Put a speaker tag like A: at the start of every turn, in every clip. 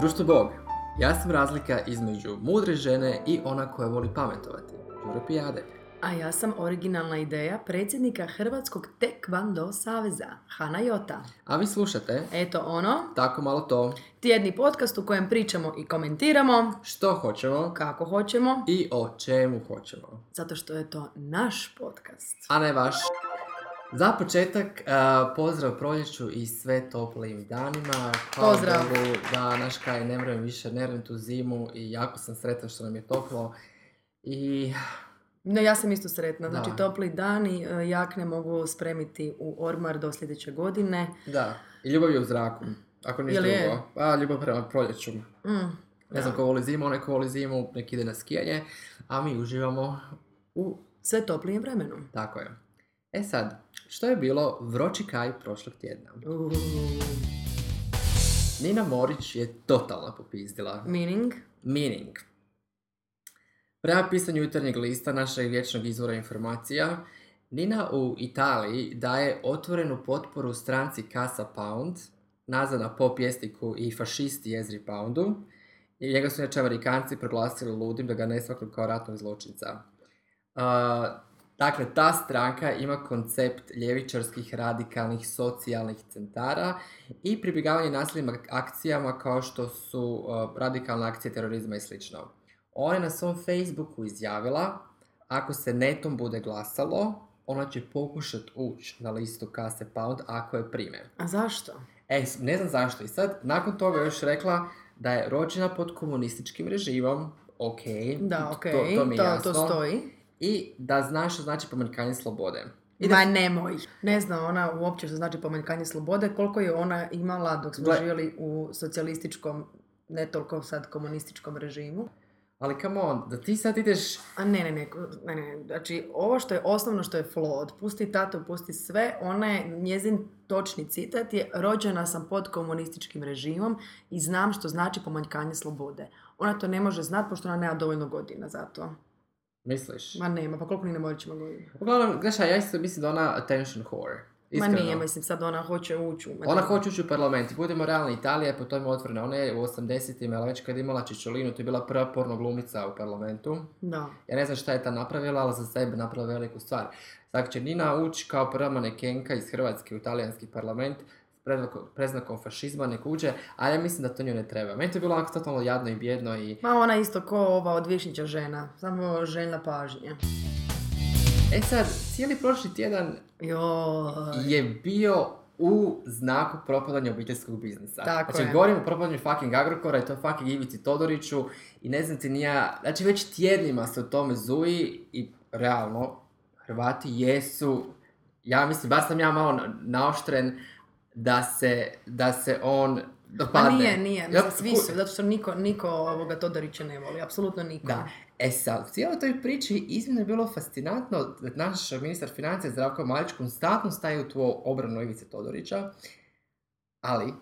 A: Društvo Bog. Jasna razlika između mudre žene i ona koja voli pametovati. Đuro Pijade.
B: A ja sam originalna ideja predsjednika Hrvatskog Taekwondo Saveza, Hana Jota.
A: A vi slušate
B: Eto ono,
A: tako malo to
B: tjedni podcast u kojem pričamo i komentiramo
A: što hoćemo
B: kako hoćemo,
A: i o čemu hoćemo,
B: zato što je to naš podcast.
A: a ne vaš. Za početak, eh, pozdrav proljeću i sve toplim danima. Hvala
B: Pozdrav.
A: Bogu da naš kraj ne mrem više, ne mrem tu zimu i jako sam sretan što nam je toplo. I
B: No ja sam isto sretna,
A: Da.
B: znači topli dani, e, jakne mogu spremiti u ormar do sljedeće godine.
A: da, i ljubav je u zraku. Ako ništa
B: Jel je?
A: drugo. A, ljubav prema proljeću.
B: Mm,
A: Ne znam
B: da.
A: ko voli zimu, onaj ko voli zimu, nek ide na skijanje, a mi uživamo
B: U sve toplijem vremenu.
A: Tako je. E sad, što je bilo vroči kaj prošlog tjedna?
B: Uuu,
A: Nina Morić je totalno popizdila.
B: Meaning?
A: Meaning. Prema pisanju jutarnjeg lista našeg vječnog izvora informacija, Nina u Italiji daje otvorenu potporu stranci Casa Pound, nazvana po pjesniku i fašisti jezri Poundu, i njega su inače Amerikanci proglasili ludim da ga ne smaknu kao ratnog zločinca. A, dakle, ta stranka ima koncept ljevičarskih radikalnih socijalnih centara i pribjegavanje nasilnim ak- akcijama kao što su uh, radikalne akcije terorizma i sl. Ona je na svom Facebooku izjavila ako se netom bude glasalo, ona će pokušat ući na listu Kase Pound ako je prime.
B: A zašto?
A: E, s- ne znam zašto. I sad, nakon toga je još rekla da je rođena pod komunističkim režimom, ok,
B: Da, okej,
A: to, to mi je
B: to,
A: jasno,
B: to stoji.
A: i da znaš što znači pomanjkanje slobode. I da-
B: Ma nemoj. Ne zna ona uopće što znači pomanjkanje slobode, koliko je ona imala dok smo
A: Gle-
B: živjeli u socijalističkom, ne toliko sad komunističkom režimu.
A: Ali come on, da ti sad ideš
B: A ne, ne, ne, ne, ne, ne. Znači, ovo što je osnovno što je flawed, pusti tatu, pusti sve, ona je, njezin točni citat je rođena sam pod komunističkim režimom i znam što znači pomanjkanje slobode. Ona to ne može znati pošto ona nema dovoljno godina za to.
A: Misliš?
B: Ma nema, pa koliko ni ne morat ćemo godina.
A: Uglavnom, znaš, šta, ja isto mislim da je ona attention whore.
B: Ma
A: Iskreno.
B: nije, mislim sad ona hoće ući u
A: Ona hoće ući u parlament. Budemo realni, Italija je po tome otvorena. Ona je u 80-ima, ali već kad je imala Čičolinu, to je bila prva porno glumica u parlamentu.
B: Da.
A: Ja ne znam šta je ta napravila, ali za sebe napravila veliku stvar. Dakle, će Nina ući kao prva manekenka iz Hrvatske u talijanski parlament s preznakom- preznakom fašizma, nek uđe, ali ja mislim da to nju ne treba. Meni to je bilo onako totalno jadno i bjedno i
B: Ma ona isto ko ova od Višnjića žena, samo željna pažnje.
A: E sad, cijeli prošli tjedan
B: Joj.
A: je bio u znaku propadanja obiteljskog biznisa.
B: Tako
A: znači,
B: je.
A: govorimo o propadanju fucking Agrokora i to fucking Ivici Todoriću i ne znam ti nija, znači već tjednima se o tome zuji i realno, Hrvati jesu, ja mislim, bar sam ja malo naoštren da se, da se on
B: Pa
A: dopadne.
B: nije, nije,
A: Ja,
B: mislim, svi
A: ku-
B: su, zato što niko, niko ovoga Todorića ne voli, apsolutno niko.
A: Da. E sad, u cijeloj toj priči iznimno je bilo fascinantno da naš ministar financija Zdravko Marić konstantno staje u tvoju obranu Ivice Todorića, ali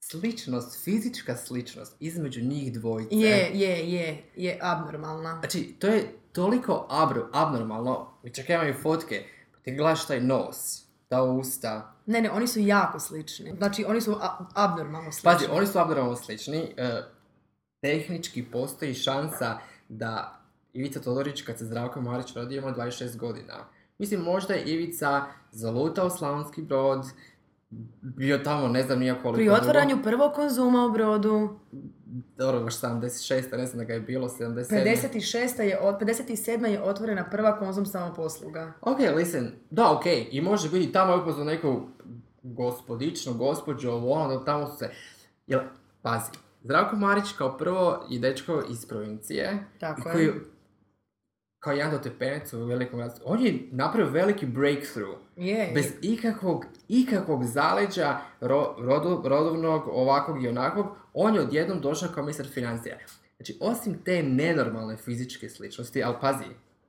A: sličnost, fizička sličnost između njih dvojice.
B: Je, je, je, je abnormalna.
A: Znači, to je toliko abru, abnormalno, i čak imaju fotke, pa ti gledaš taj nos, ta usta.
B: Ne, ne, oni su jako slični. Znači, oni su a- abnormalno slični.
A: Pazi, oni su abnormalno slični, e, tehnički postoji šansa da Ivica Todorić kad se Zdravko Marić rodio imao 26 godina. Mislim, možda je Ivica zalutao u Slavonski brod, bio tamo ne znam nija koliko
B: Pri
A: dugo.
B: otvaranju prvog konzuma u brodu,
A: Dobro, baš 76, ne znam da ga je bilo, 77.
B: 56. je, od, 57. je otvorena prva konzum samoposluga.
A: Ok, listen, da, ok, i može biti tamo je upoznao neku gospodičnu, gospođu, ovo, ono, da tamo su se... Jel, pazi, Zdravko Marić kao prvo je dečko iz provincije, i
B: Tako
A: koji
B: je.
A: je kao jedan dotepenac u velikom ratu. On je napravio veliki breakthrough.
B: Je,
A: Bez ikakvog, ikakvog zaleđa ro- rodu- rodovnog, ovakvog i onakvog, on je odjednom došao kao ministar financija. Znači, osim te nenormalne fizičke sličnosti, ali pazi,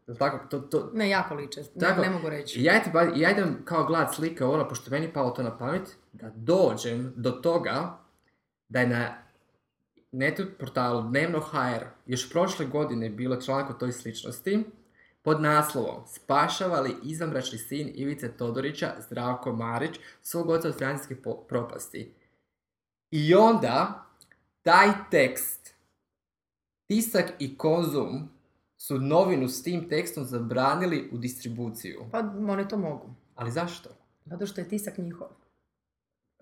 A: jel tako, to, to,
B: ne, jako liče, ne,
A: Tako,
B: ne mogu reći.
A: ja, ti ba- ja idem kao glad slike ono, pošto meni je palo to na pamet, da dođem do toga da je na netu portalu Dnevno HR još prošle godine bilo članak o toj sličnosti pod naslovom Spašava li izvanbračni sin Ivice Todorića Zdravko Marić svog oca od financijske po- propasti. I onda Taj tekst, tisak i konzum su novinu s tim tekstom zabranili u distribuciju.
B: Pa oni to mogu.
A: Ali zašto?
B: Zato što je tisak njihov.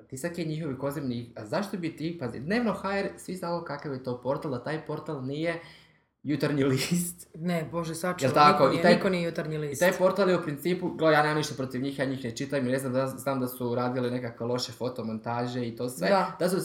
A: Tisak je njihovi konzum njih. A zašto bi ti, pazi, dnevno HR, svi znamo kakav je to portal, da taj portal nije jutarnji list.
B: Ne, bože,
A: Jel
B: sačuvaj.
A: tako?
B: Niko,
A: I
B: nije,
A: taj-
B: niko nije jutarnji list.
A: I taj portal je u principu, gledaj, ja nemam ništa protiv njih, ja njih ne čitam i ne znam da, znam da su radili nekakve loše fotomontaže i to sve.
B: Da.
A: su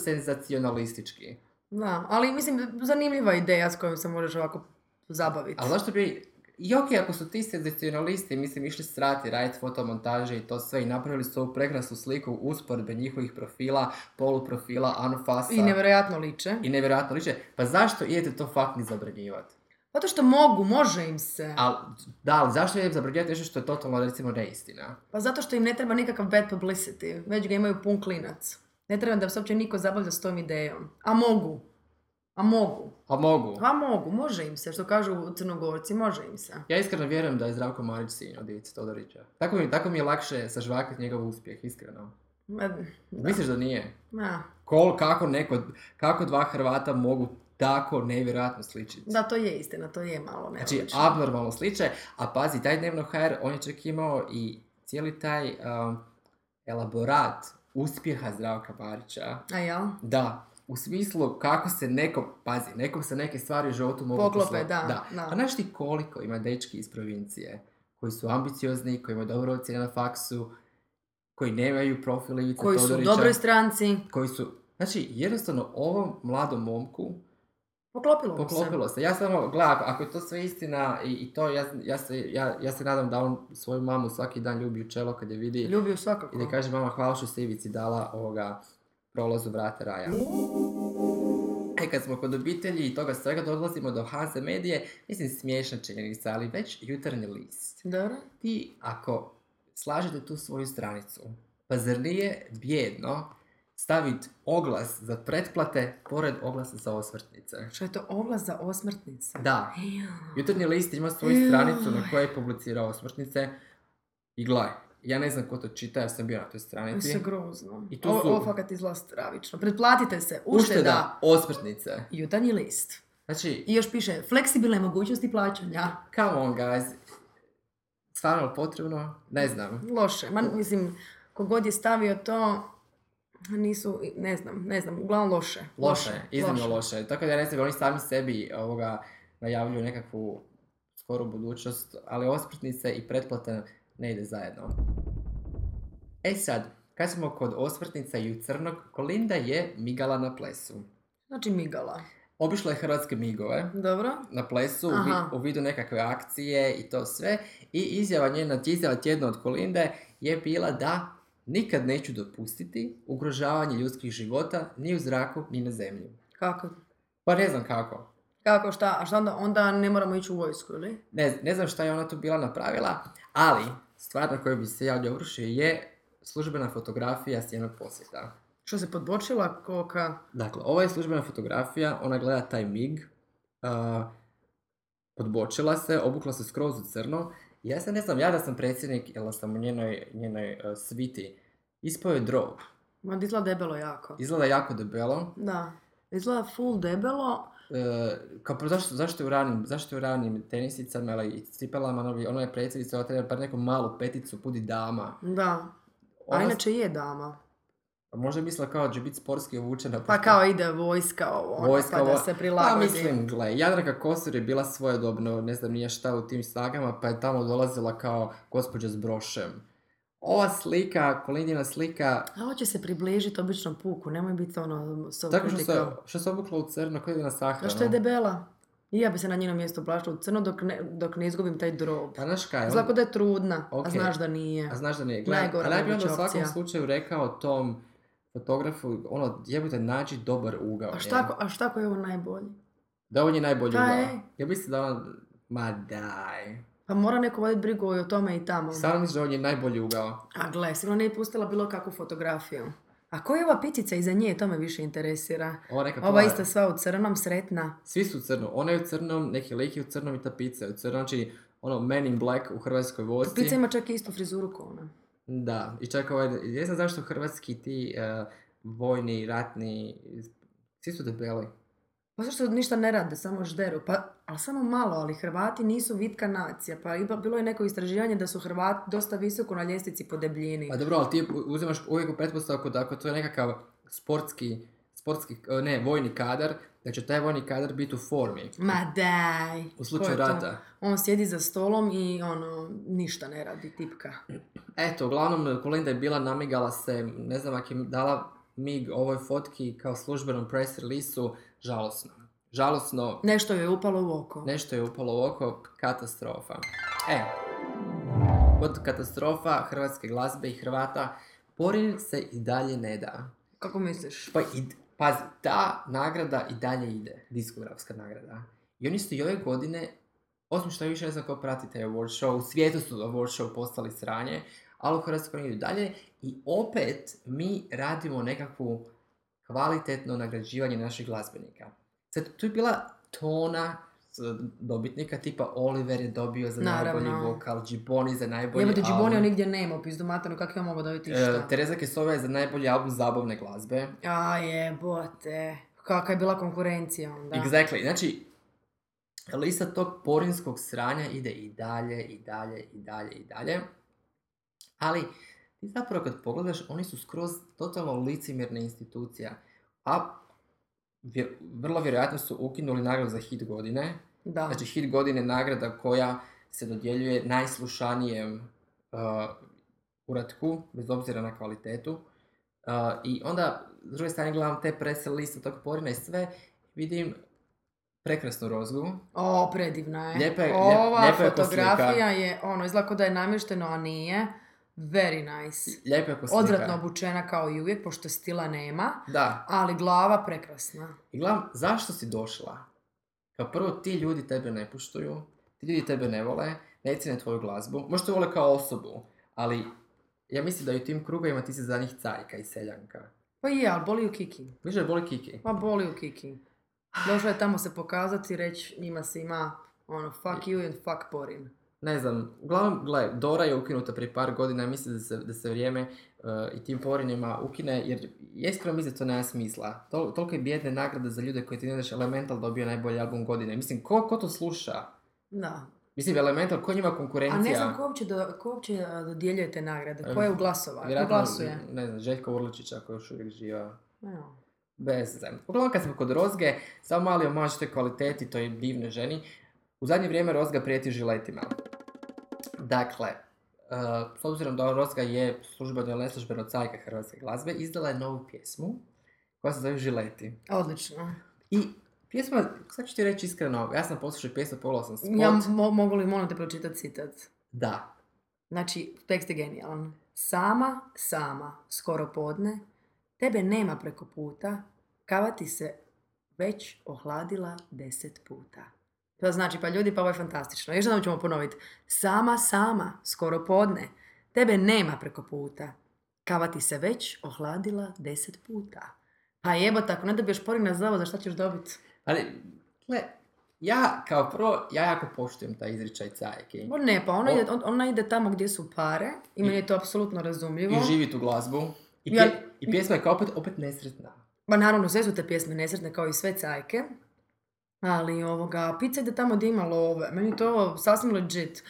A: senzacionalistički.
B: Da, ali mislim, zanimljiva ideja s kojom se možeš ovako zabaviti.
A: Ali zašto bi... I ok, ako su ti senzacionalisti, mislim, išli srati, raditi fotomontaže i to sve i napravili su ovu prekrasnu sliku usporedbe njihovih profila, poluprofila, anfasa
B: I nevjerojatno liče.
A: i nevjerojatno liče. Pa zašto idete to fucking zabranjivati?
B: Zato što mogu, može im se.
A: Ali, da, ali zašto je zabranjivati nešto što je totalno, recimo, neistina?
B: Pa zato što im ne treba nikakav bad publicity, već ga imaju pun klinac. Ne treba da se uopće niko zabavlja s tom idejom. A mogu. A mogu.
A: Pa mogu.
B: A mogu, može im se, što kažu crnogorci, može im se.
A: Ja iskreno vjerujem da je Zdravko Marić sin od Ivice Todorića. Tako mi, tako mi je lakše sažvakati njegov uspjeh, iskreno.
B: Ma, da.
A: Misliš da nije?
B: Ma,
A: Kol, kako, neko, kako dva Hrvata mogu tako nevjerojatno sličiti?
B: da, to je istina, to je malo
A: Znači,
B: neobično.
A: abnormalno sliče, a pazi, taj dnevno HR, on je čak imao i cijeli taj um, elaborat uspjeha Zdravka Marića.
B: A jel?
A: Da, u smislu kako se neko, pazi, nekom se neke stvari u životu mogu
B: Poklope,
A: poslo-
B: da,
A: da.
B: da.
A: A znaš ti koliko ima dečki iz provincije koji su ambiciozni, koji imaju dobro ocjene na faksu, koji nemaju profile Ivice
B: Koji su u
A: Todorića,
B: dobroj stranci.
A: koji su... Znači, jednostavno ovom mladom momku
B: Poklopilo, mu
A: poklopilo se. Ja samo gledam, ako je to sve istina i, i to, ja, ja, se, ja, ja se nadam da on svoju mamu svaki dan ljubi u čelo kad je vidi
B: se. Ljubio svakako.
A: i da kaže mama hvala što ste Ivici dala ovoga prolazu vrata raja. E kad smo kod obitelji i toga svega dolazimo do Hanse Medije, mislim smiješna činjenica, ali već jutarnji list.
B: Dobro.
A: Ti ako slažete tu svoju stranicu, pa zar nije bjedno staviti oglas za pretplate pored oglasa za osvrtnice?
B: Što je to oglas za osmrtnice?
A: Da, Jutarnji list ima svoju
B: Joj.
A: stranicu na kojoj je publicirao osmrtnice i gledaj, ja ne znam ko to čita, ja sam bio na toj
B: Ovo
A: stranici.
B: se grozno.
A: I
B: I
A: tu
B: tu ovo,
A: su-
B: ovo fakat izgleda stravično. Pretplatite se, ušteda.
A: Ušteda, osmrtnice.
B: Jutarnji list.
A: Znači,
B: I još piše, fleksibilne mogućnosti plaćanja.
A: come on guys, stvarno je potrebno, ne znam.
B: Loše. Ma, mislim, kogod je stavio to, nisu, ne znam, ne znam, uglavnom loše.
A: Loše, iznimno loše. Tako da ja ne znam, oni sami sebi ovoga najavljuju nekakvu skoru budućnost, ali osmrtnice i pretplata ne ide zajedno. E sad, kad smo kod osmrtnica i u crnog, Kolinda je migala na plesu.
B: Znači migala.
A: Obišla je hrvatske migove
B: Dobro?
A: na plesu u, vi-
B: Aha.
A: u vidu nekakve akcije i to sve. I izjava njena, izjava tjedna od Kolinde je bila da nikad neću dopustiti ugrožavanje ljudskih života ni u zraku ni na zemlji.
B: Kako?
A: Pa ne znam kako.
B: Kako, šta? A šta onda? Onda ne moramo ići u vojsku, ili?
A: Ne, ne znam šta je ona tu bila napravila, ali stvar na koju bi se ja obrušio je službena fotografija s njenog posjeta.
B: Što se podbočila koka?
A: Dakle, ovo je službena fotografija, ona gleda taj mig, a, podbočila se, obukla se skroz u crno. Ja se ne znam, ja da sam predsjednik, jel sam u njenoj, njenoj e, sviti, ispao je drog.
B: Ma izgleda debelo jako.
A: Izgleda jako debelo.
B: Da. Izgleda full debelo.
A: E, kao prvo, zašto, zašto, je u ranim, zašto je u ranim tenisicama ili i cipelama, ona, bi- ona je predsjednica, ona treba bar neku malu peticu, budi dama.
B: Da. A
A: Ona
B: Pa inače je dama.
A: s- možda je mislila kao da će biti sportski obučena.
B: Pa
A: pošto-
B: kao ide vojska ovo, ono,
A: Vojska
B: pa da
A: ovo-
B: se
A: Pa
B: prilagodi.
A: mislim, gle, Jadranka Kosor je bila svojedobno, ne znam nije šta u tim snagama, pa je tamo dolazila kao gospođa s brošem. Ova slika, Kolindina slika,
B: A ovo će se približiti običnom puku, nemoj biti ono so
A: tako što se, što se obukla u crno, kao ide na sahranu.
B: Zašto je debela? I ja bi se na njeno mjesto plašila u crno dok ne, dok ne izgubim taj drob.
A: Pa znaš kaj, on-
B: Zlako da je trudna,
A: Ok.
B: a znaš da nije.
A: a znaš da nije, gle,
B: Najgora
A: ali ja bi onda u
B: moguća
A: svakom
B: opcija.
A: slučaju rekao tom fotografu, ono, jebite, nađi dobar ugao.
B: A
A: je.
B: šta, ako- a šta ako je ovo najbolji?
A: Da on je najbolji
B: Pa
A: ugao.
B: je.
A: Ja mislim da ona, ma daj.
B: Pa mora neko voditi brigu i o tome i tamo.
A: Stvarno mislim da on je najbolji ugao.
B: A gle, sigurno nije pustila bilo kakvu fotografiju. A koja je ova pitica iza nje, to me više interesira.
A: Ova neka
B: Ova
A: plava-
B: isto sva u crnom, sretna.
A: Svi su u crnom. Ona je u crnom, neki lik je u crnom i ta pizza je u crnom. Znači, ono, man in black u hrvatskoj vojsci.
B: Pitica ima čak i istu frizuru kao ona.
A: Da, i čak ovaj, ne znam zašto hrvatski ti eh, vojni, ratni, Svi su debeli.
B: Pa zašto ništa ne rade, samo žderu. Pa, ali samo malo, ali Hrvati nisu vitka nacija. Pa iba, bilo je neko istraživanje da su Hrvati dosta visoko na ljestvici po debljini.
A: Pa dobro, ali ti uzimaš uvijek u pretpostavku da ako to je nekakav sportski, sportski e, ne, vojni kadar, da će taj vojni kadar biti u formi.
B: Ma daj.
A: U
B: ko
A: slučaju
B: je to?
A: rata.
B: On sjedi za stolom i ono, ništa ne radi, tipka.
A: Eto, uglavnom Kolinda je bila namigala se, ne znam ako je dala mig ovoj fotki kao službenom press release-u, žalosno. Žalosno,
B: Nešto joj je upalo u oko.
A: nešto je upalo u oko, katastrofa. E, od katastrofa hrvatske glazbe i Hrvata, Porin se i dalje ne da.
B: Kako misliš?
A: Pa i, pazi, ta nagrada i dalje ide, diskografska nagrada. I oni su i ove godine, osim što ja više ne znam ko prati taj award show, u svijetu su award show postali sranje, ali u Hrvatskoj oni idu dalje i opet mi radimo nekakvu kvalitetno nagrađivanje naših glazbenika. Sad, tu je bila tona s- dobitnika, tipa Oliver je dobio za najbolji
B: Naravno.
A: vokal, Gibboni za najbolji
B: Jebote, Džibonija
A: album,
B: nigdje nema, pizdu maternu, kako ja mogu dobiti
A: ono- e,
B: išta?
A: Tereza Kesova je za najbolji album zabavne glazbe,
B: A jebote, kakva je bila konkurencija onda.
A: Exactly. Znači, lista tog porinskog sranja ide i dalje, i dalje, i dalje, i dalje. Ali, ti zapravo kad pogledaš, oni su skroz totalno licimjerna institucija. A vje- vrlo vjerojatno su ukinuli nagradu za hit godine.
B: Da.
A: Znači, hit godine je nagrada koja se dodjeljuje najslušanijem uh, uratku, bez obzira na kvalitetu. Uh, I onda, s druge strane, gledam te press liste tog porina i sve, vidim prekrasnu rozgu.
B: O, predivna je.
A: Lijepa je- lijep-
B: Ova
A: lijepa je ko
B: fotografija
A: slika.
B: je, ono, izgleda kao da je namješteno, a nije. Very nice.
A: Lijepo je poslika.
B: Odvratno obučena kao i uvijek, pošto stila nema,
A: Da.
B: ali glava prekrasna.
A: I gledam, zašto si došla? Kao prvo, ti ljudi tebe ne puštuju, ti ljudi tebe ne vole, ne cijene tvoju glazbu. Možda te vole kao osobu, ali ja mislim da i u tim krugovima ti si za njih cajka i seljanka.
B: Pa je, ali boli u kiki.
A: Više boli kiki.
B: Pa boli u kiki. Došla je tamo se pokazati i reći njima svima, ono, fuck you and fuck Porin.
A: ne znam, uglavnom, gle, Dora je ukinuta prije par godina, i mislim da se, da se vrijeme e, i tim porinima ukine, jer ja iskreno mislim da to nema smisla. Tol, toliko je bijedne nagrade za ljude koji ti ne daš Elemental dobio najbolji album godine. Mislim, ko, ko to sluša?
B: Da.
A: Mislim, Elemental, ko je njima
B: A
A: konkurencija?
B: ne znam ko uopće, do, ko uopće a, dodjeljuje te nagrade, ko je u glasova, ko
A: Vjerojatno,
B: glasuje.
A: ne znam, Željko Urličića koji još uvijek živa.
B: Evo.
A: Bez veze. Uglavnom kad smo kod Rozge, samo mali omaž toj kvaliteti, toj divnoj ženi. U zadnje vrijeme Rozga prijeti žiletima. Dakle, eh, s obzirom da Rozga je službeno ili neslužbeno cajka hrvatske glazbe, izdala je novu pjesmu koja se zove Žileti.
B: Odlično.
A: I pjesma, sad ću ti reći iskreno, ja sam poslušao pjesmu, pogledao sam spot.
B: Ja mo- mogu li molim te pročitati citat?
A: Da,
B: Znači, tekst je genijalan. Sama, sama, skoro podne, tebe nema preko puta, kava ti se već ohladila deset puta. To znači, pa ljudi, pa ovo je fantastično. Još jednom ćemo ponoviti. Sama, sama, skoro podne, tebe nema preko puta, kava ti se već ohladila deset puta. Pa jebo tako, ne dobiješ porin na zavu, za šta ćeš dobiti?
A: ali, gle, ja kao prvo, ja jako poštujem taj izričaj cajki.
B: O ne, pa ona,
A: O-
B: ide, on- ona ide tamo gdje su pare i meni je to apsolutno razumljivo.
A: I živi tu glazbu. I,
B: Ja-
A: pje- i pjesma je kao opet, opet nesretna.
B: Ba naravno, sve su te pjesme nesretne kao i sve cajke. Ali ovoga, pizza ide tamo gdje ima love. Meni je to sasvim legit.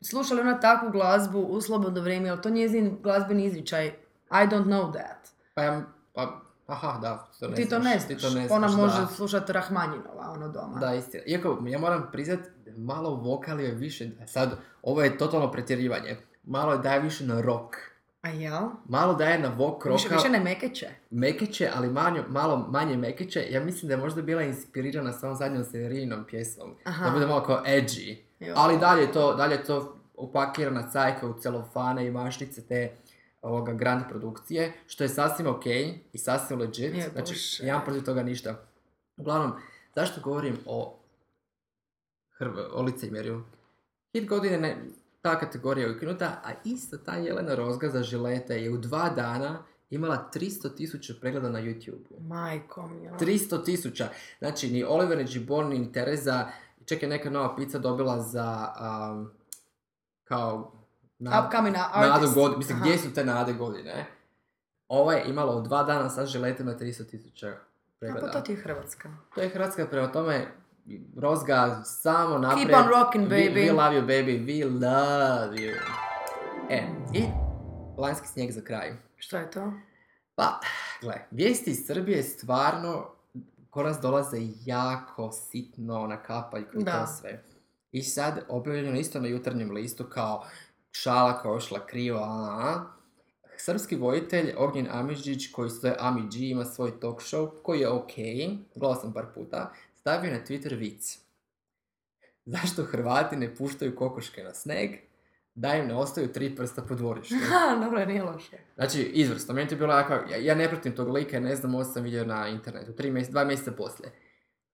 B: Sluša li ona takvu glazbu u slobodno vrijeme, ali to njezin glazbeni izričaj. I don't know that.
A: Pa ja, pa, aha, da, ti to ne
B: ti to
A: znaš.
B: ne znaš.
A: Ti to ne
B: Ona
A: znaš,
B: može slušati Rahmanjinova, ono doma.
A: Da, da istina. Iako, ja moram priznat, malo vokal je više, sad, ovo je totalno pretjerivanje. Malo daje više na rock.
B: A jel?
A: Malo daje na vok roka,
B: Više, više ne mekeće.
A: mekeće, ali manjo, malo manje mekeće. Ja mislim da je možda bila inspirirana s ovom zadnjom serijinom pjesmom.
B: Aha.
A: Da bude malo kao edgy.
B: Jo.
A: Ali dalje je to, dalje je to upakirana cajka u celofane i mašnice te ovoga grand produkcije, što je sasvim ok i sasvim legit,
B: Je,
A: znači
B: bože.
A: ja protiv toga ništa. Uglavnom, zašto govorim o, Hrv, o licemjerju? Hit godine, ne, ta kategorija je ukinuta, a ista ta Jelena Rozga za žilete je u dva dana imala 300 tisuća pregleda na YouTube.
B: Majko mila.
A: 300 tisuća. Znači, ni Oliver, ni Gibbon, ni Tereza, čak je neka nova pizza dobila za, um, kao, na-
B: Upcoming
A: nadu
B: artist.
A: godine. Mislim,
B: Aha.
A: gdje su te nade godine? Ova je imala u dva dana sa žiletima 300 tisuća
B: A
A: pregleda.
B: pa to ti je Hrvatska.
A: To je Hrvatska, prema tome, rozga samo naprijed.
B: on rocking,
A: We-
B: baby.
A: We, love you, baby. We love you. E, i lanjski snijeg za kraj.
B: Što je to?
A: Pa, gle, vijesti iz Srbije stvarno kod nas dolaze jako sitno na kapaljku i
B: Da.
A: to sve. I sad objavljeno je isto na jutarnjem listu kao šala koja je ošla krivo, a, a. Srpski vojitelj Ognjen Amidžić, koji se zove Amidži, ima svoj talk show, koji je ok, gledala sam par puta, stavio je na Twitter vic. Zašto Hrvati ne puštaju kokoške na sneg, da im ne ostaju tri prsta po dvorištu?
B: Ha, dobro, nije loše.
A: Znači, izvrsno. Meni to je bilo jako... Ja, ja ne pratim tog lika, jer ne znam, ovo sam vidio na internetu. Tri mjese, dva mjeseca poslije.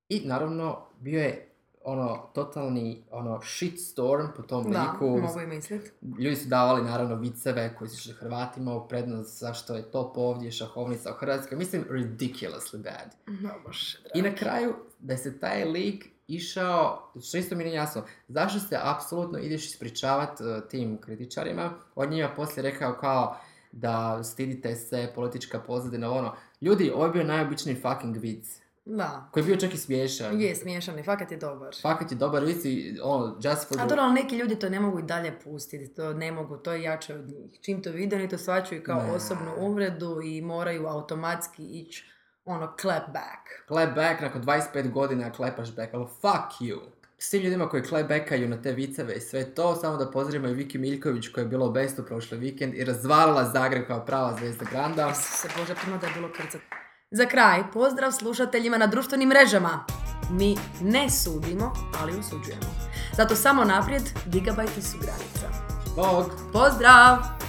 A: I naravno, bio je ono, totalni ono, shitstorm po tom
B: Da,
A: liku.
B: mogu i mislit.
A: Ljudi su davali, naravno, viceve koji su išli Hrvatima u prednost zašto je top ovdje, šahovnica u Hrvatskoj. Mislim, ridiculously bad.
B: No, bože,
A: I
B: dragi.
A: na kraju, da se taj lik išao, što isto mi nije jasno, zašto se apsolutno ideš ispričavat e, tim kritičarima, on njima poslije rekao kao da stidite se, politička pozadina, ono. Ljudi, ovo je bio najobičniji fucking vic,
B: Da.
A: koji je bio čak i smiješan.
B: Je, smiješan je, fakat je dobar.
A: Fakat je dobar vic i ono, just for
B: A
A: the...
B: dobro, ali neki ljudi to ne mogu i dalje pustiti, to ne mogu, to je jače od njih. Čim to vide, oni to shvaćaju kao
A: Ne.
B: osobnu uvredu i moraju automatski ići, ono, clap back.
A: Clap back, nakon 25 godina klepaš back, ali fuck you. Svim ljudima koji clap backaju na te viceve i sve to, samo da pozdravimo i Viki Miljković koja je bila u Bestu prošli vikend i razvalila Zagreb kao prava zvezda Granda.
B: Se bože, puno da je bilo krcat. Za kraj, pozdrav slušateljima na društvenim mrežama. Mi ne sudimo, ali osuđujemo. Zato samo naprijed, gigabajti su granica.
A: Bog!
B: Pozdrav!